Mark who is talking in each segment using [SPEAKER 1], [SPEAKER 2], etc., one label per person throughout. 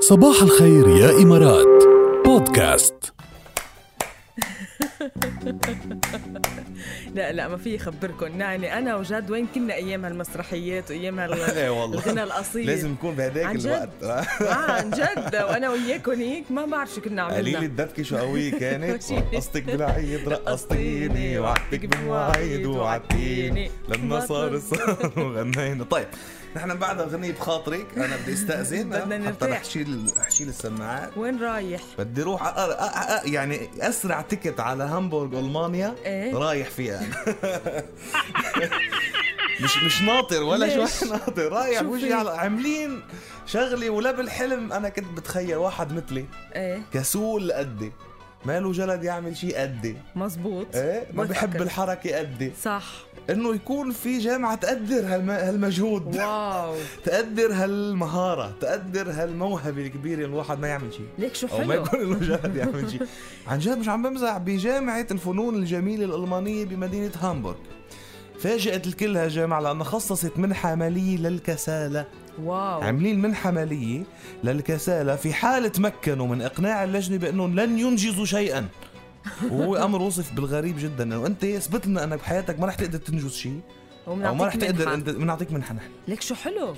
[SPEAKER 1] صباح الخير يا إمارات بودكاست
[SPEAKER 2] لا لا ما في يخبركم يعني انا وجد وين كنا ايام هالمسرحيات وايام هال-
[SPEAKER 3] ايه والله
[SPEAKER 2] الغنى الاصيل
[SPEAKER 3] لازم نكون بهداك
[SPEAKER 2] عن جد.
[SPEAKER 3] الوقت
[SPEAKER 2] آه، عن جد وانا وياكم هيك ما بعرف شو كنا
[SPEAKER 3] قليل
[SPEAKER 2] عملنا
[SPEAKER 3] الدبكة شو قوية كانت
[SPEAKER 2] شي.
[SPEAKER 3] رقصتك بالعيد رقصتيني وعدتك بالمواعيد وعدتيني لما صار الصهر وغنينا طيب نحن من بعد أغنية بخاطرك أنا بدي
[SPEAKER 2] بدنا
[SPEAKER 3] استأذن حتى
[SPEAKER 2] نرتاح.
[SPEAKER 3] رح شيل رح شيل السماعات
[SPEAKER 2] وين رايح؟
[SPEAKER 3] بدي روح أقر- أ- أ- أ- يعني اسرع تكت على هامبورغ المانيا
[SPEAKER 2] إيه.
[SPEAKER 3] رايح فيها أنا. مش مش ناطر ولا
[SPEAKER 2] ليش؟
[SPEAKER 3] شوي ناطر رايح
[SPEAKER 2] شو
[SPEAKER 3] وجهي
[SPEAKER 2] في؟
[SPEAKER 3] على عاملين شغلي ولا بالحلم انا كنت بتخيل واحد مثلي
[SPEAKER 2] ايه
[SPEAKER 3] كسول قدي ماله جلد يعمل شيء قدي
[SPEAKER 2] مزبوط
[SPEAKER 3] ايه ما بحب الحركه قدي
[SPEAKER 2] صح
[SPEAKER 3] انه يكون في جامعه تقدر هالم... هالمجهود
[SPEAKER 2] واو
[SPEAKER 3] تقدر هالمهاره تقدر هالموهبه الكبيره الواحد ما يعمل شيء
[SPEAKER 2] ليك شو
[SPEAKER 3] او ما
[SPEAKER 2] حلو
[SPEAKER 3] يكون له جهد يعمل شيء عن جد مش عم بمزح بجامعه الفنون الجميله الالمانيه بمدينه هامبورغ فاجأت الكل هالجامعة لأنها خصصت منحة مالية للكسالى
[SPEAKER 2] واو
[SPEAKER 3] عاملين منحة مالية للكسالى في حال تمكنوا من إقناع اللجنة بأنهم لن ينجزوا شيئا وهو أمر وصف بالغريب جدا أنه أنت اثبت لنا أنك بحياتك ما رح تقدر تنجز شيء أو ما رح
[SPEAKER 2] ومنعطيك
[SPEAKER 3] تقدر
[SPEAKER 2] منحة.
[SPEAKER 3] أنت بنعطيك منحة نحن
[SPEAKER 2] ليك شو حلو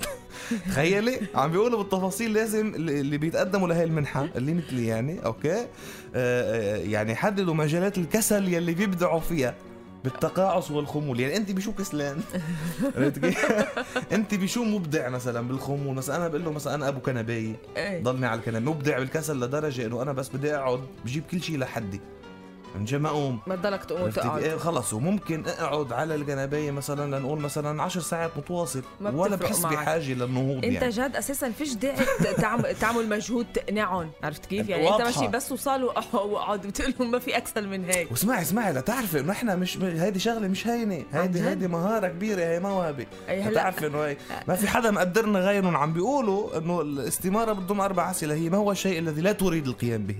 [SPEAKER 3] تخيلي عم بيقولوا بالتفاصيل لازم اللي بيتقدموا لهي المنحه اللي مثلي يعني اوكي آه، آه، يعني حددوا مجالات الكسل يلي بيبدعوا فيها بالتقاعس والخمول يعني انت بشو كسلان عرفت كيف؟ انت بشو مبدع مثلا بالخمول مثلا انا بقول له مثلا انا ابو كنبايه
[SPEAKER 2] ايه
[SPEAKER 3] ضلني على الكنبايه مبدع بالكسل لدرجه انه انا بس بدي اقعد بجيب كل شيء لحدي من جد ما اقوم
[SPEAKER 2] ما تضلك تقوم
[SPEAKER 3] عرفت كيف؟
[SPEAKER 2] وتقعد
[SPEAKER 3] إيه خلص وممكن اقعد على الجنبية مثلا لنقول مثلا 10 ساعات متواصل
[SPEAKER 2] ما
[SPEAKER 3] ولا
[SPEAKER 2] بتفرق
[SPEAKER 3] بحس
[SPEAKER 2] معك.
[SPEAKER 3] بحاجه للنهوض
[SPEAKER 2] انت
[SPEAKER 3] يعني
[SPEAKER 2] جد اساسا فيش داعي ت- تعم- تعمل مجهود تقنعهم عرفت كيف يعني انت
[SPEAKER 3] واضحة.
[SPEAKER 2] ماشي بس وصال واقعد بتقول لهم ما في اكثر من هيك
[SPEAKER 3] واسمعي اسمعي لتعرفي انه احنا مش م- هيدي شغله مش هينه
[SPEAKER 2] عن جد؟
[SPEAKER 3] هيدي هيدي مهاره كبيره هي موهبه
[SPEAKER 2] أي هلا-
[SPEAKER 3] لتعرفي انه هي ما في حدا مقدرنا غيرهم عم بيقولوا انه الاستماره بتضم اربع اسئله هي ما هو الشيء الذي لا تريد القيام به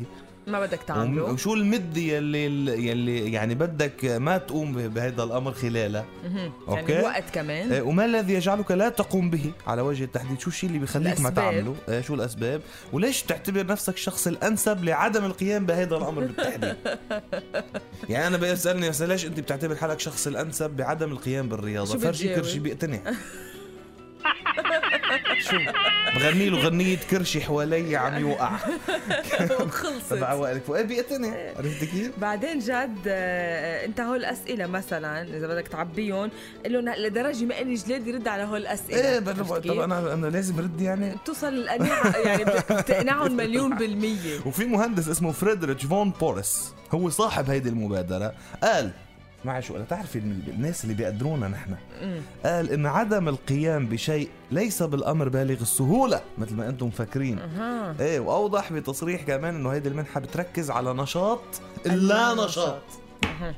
[SPEAKER 2] ما بدك
[SPEAKER 3] وم-
[SPEAKER 2] تعمله
[SPEAKER 3] وشو المد يلي يلي يعني بدك ما تقوم ب- بهيدا الامر خلاله
[SPEAKER 2] مهم. يعني
[SPEAKER 3] أوكي.
[SPEAKER 2] الوقت كمان
[SPEAKER 3] آه، وما الذي يجعلك لا تقوم به على وجه التحديد شو الشيء اللي بيخليك ما
[SPEAKER 2] الأسباب.
[SPEAKER 3] تعمله آه، شو الاسباب وليش تعتبر نفسك الشخص الانسب لعدم القيام بهذا الامر بالتحديد يعني انا بيسالني مثلا ليش انت بتعتبر حالك شخص الانسب بعدم القيام
[SPEAKER 2] شو
[SPEAKER 3] بالرياضه فرجي
[SPEAKER 2] بتجاوب؟
[SPEAKER 3] كرشي بيقتنع شو بغني له غنيه كرشي حوالي عم يوقع تبع
[SPEAKER 2] خلصت
[SPEAKER 3] وائل فؤاد بيقتنع عرفت كيف
[SPEAKER 2] بعدين جد آه، انت هول الاسئله مثلا اذا بدك تعبيهم قول لهم لدرجه ما اني جلاد يرد على هول الاسئله
[SPEAKER 3] ايه
[SPEAKER 2] إيه، عرفت
[SPEAKER 3] بل-
[SPEAKER 2] كيف؟
[SPEAKER 3] طب انا انا لازم رد يعني
[SPEAKER 2] بتوصل القناعه يعني بت- بتقنعهم مليون بالمية
[SPEAKER 3] وفي مهندس اسمه فريدريك فون بوريس هو صاحب هيدي المبادرة قال مع شو لا تعرفي الم- الناس اللي بيقدرونا نحن
[SPEAKER 2] أمم.
[SPEAKER 3] قال ان عدم القيام بشيء ليس بالامر بالغ السهوله مثل ما انتم مفكرين
[SPEAKER 2] اها
[SPEAKER 3] ايه واوضح بتصريح كمان انه هيدي المنحه بتركز على نشاط اللا نشاط
[SPEAKER 2] أها.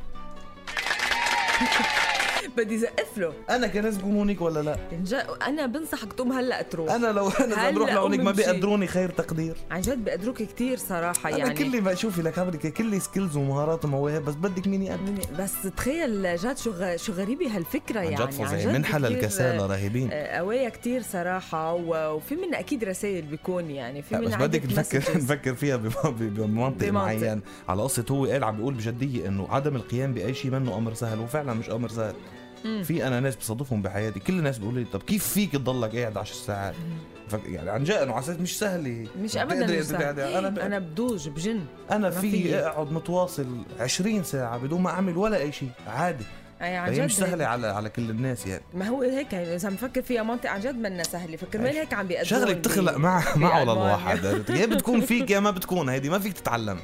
[SPEAKER 2] بدي زقف له
[SPEAKER 3] انا كان لازم اكون هونيك ولا لا
[SPEAKER 2] إنجا- انا بنصحك تقوم هلا تروح
[SPEAKER 3] انا لو انا إذا
[SPEAKER 2] هلأ
[SPEAKER 3] بروح لهونيك ما
[SPEAKER 2] قوم امشي.
[SPEAKER 3] بيقدروني خير تقدير
[SPEAKER 2] عن جد بقدروك كتير صراحه
[SPEAKER 3] انا
[SPEAKER 2] يعني
[SPEAKER 3] كلي ما- شوفي لك هبلك كلي سكيلز ومهارات ومواهب بس بدك مين يقدم
[SPEAKER 2] من- بس تخيل جد شو غ- شو غريبه هالفكره
[SPEAKER 3] عن
[SPEAKER 2] يعني
[SPEAKER 3] جد فظيع منحه
[SPEAKER 2] كتير-
[SPEAKER 3] للكسالى رهيبين
[SPEAKER 2] آه، قوية كتير صراحة و- وفي منا أكيد رسائل بيكون يعني في
[SPEAKER 3] لا، بس
[SPEAKER 2] منا
[SPEAKER 3] بدك
[SPEAKER 2] عدة
[SPEAKER 3] نفكر
[SPEAKER 2] messages.
[SPEAKER 3] نفكر فيها بم- ب- بمنطق
[SPEAKER 2] بمنطق.
[SPEAKER 3] معين على قصه هو قال عم بيقول بجديه انه عدم القيام باي شيء منه امر سهل وفعلا مش امر سهل
[SPEAKER 2] مم.
[SPEAKER 3] في انا ناس بصادفهم بحياتي كل الناس بيقولوا لي طب كيف فيك تضلك قاعد 10 ساعات فك- يعني عن جد انه عساس مش سهله
[SPEAKER 2] مش
[SPEAKER 3] بتقدري
[SPEAKER 2] أبدا مش
[SPEAKER 3] أنت
[SPEAKER 2] سهل.
[SPEAKER 3] تقعدي- انا يعني، ب-
[SPEAKER 2] أنا بدوج بجن
[SPEAKER 3] انا
[SPEAKER 2] ما
[SPEAKER 3] في
[SPEAKER 2] فيي.
[SPEAKER 3] اقعد متواصل 20 ساعه بدون ما اعمل ولا اي شيء عادي
[SPEAKER 2] يعني عن
[SPEAKER 3] هي
[SPEAKER 2] جد
[SPEAKER 3] مش سهله على على كل الناس يعني
[SPEAKER 2] ما هو هيك يعني إذا بنفكر فيها منطق عن جد منا سهلة فكرمال هيك عم بيقدروا
[SPEAKER 3] شغله بتخلق مع معه
[SPEAKER 2] يعني ألمانيا.
[SPEAKER 3] للواحد يا بتكون فيك يا ما بتكون هيدي ما فيك تتعلم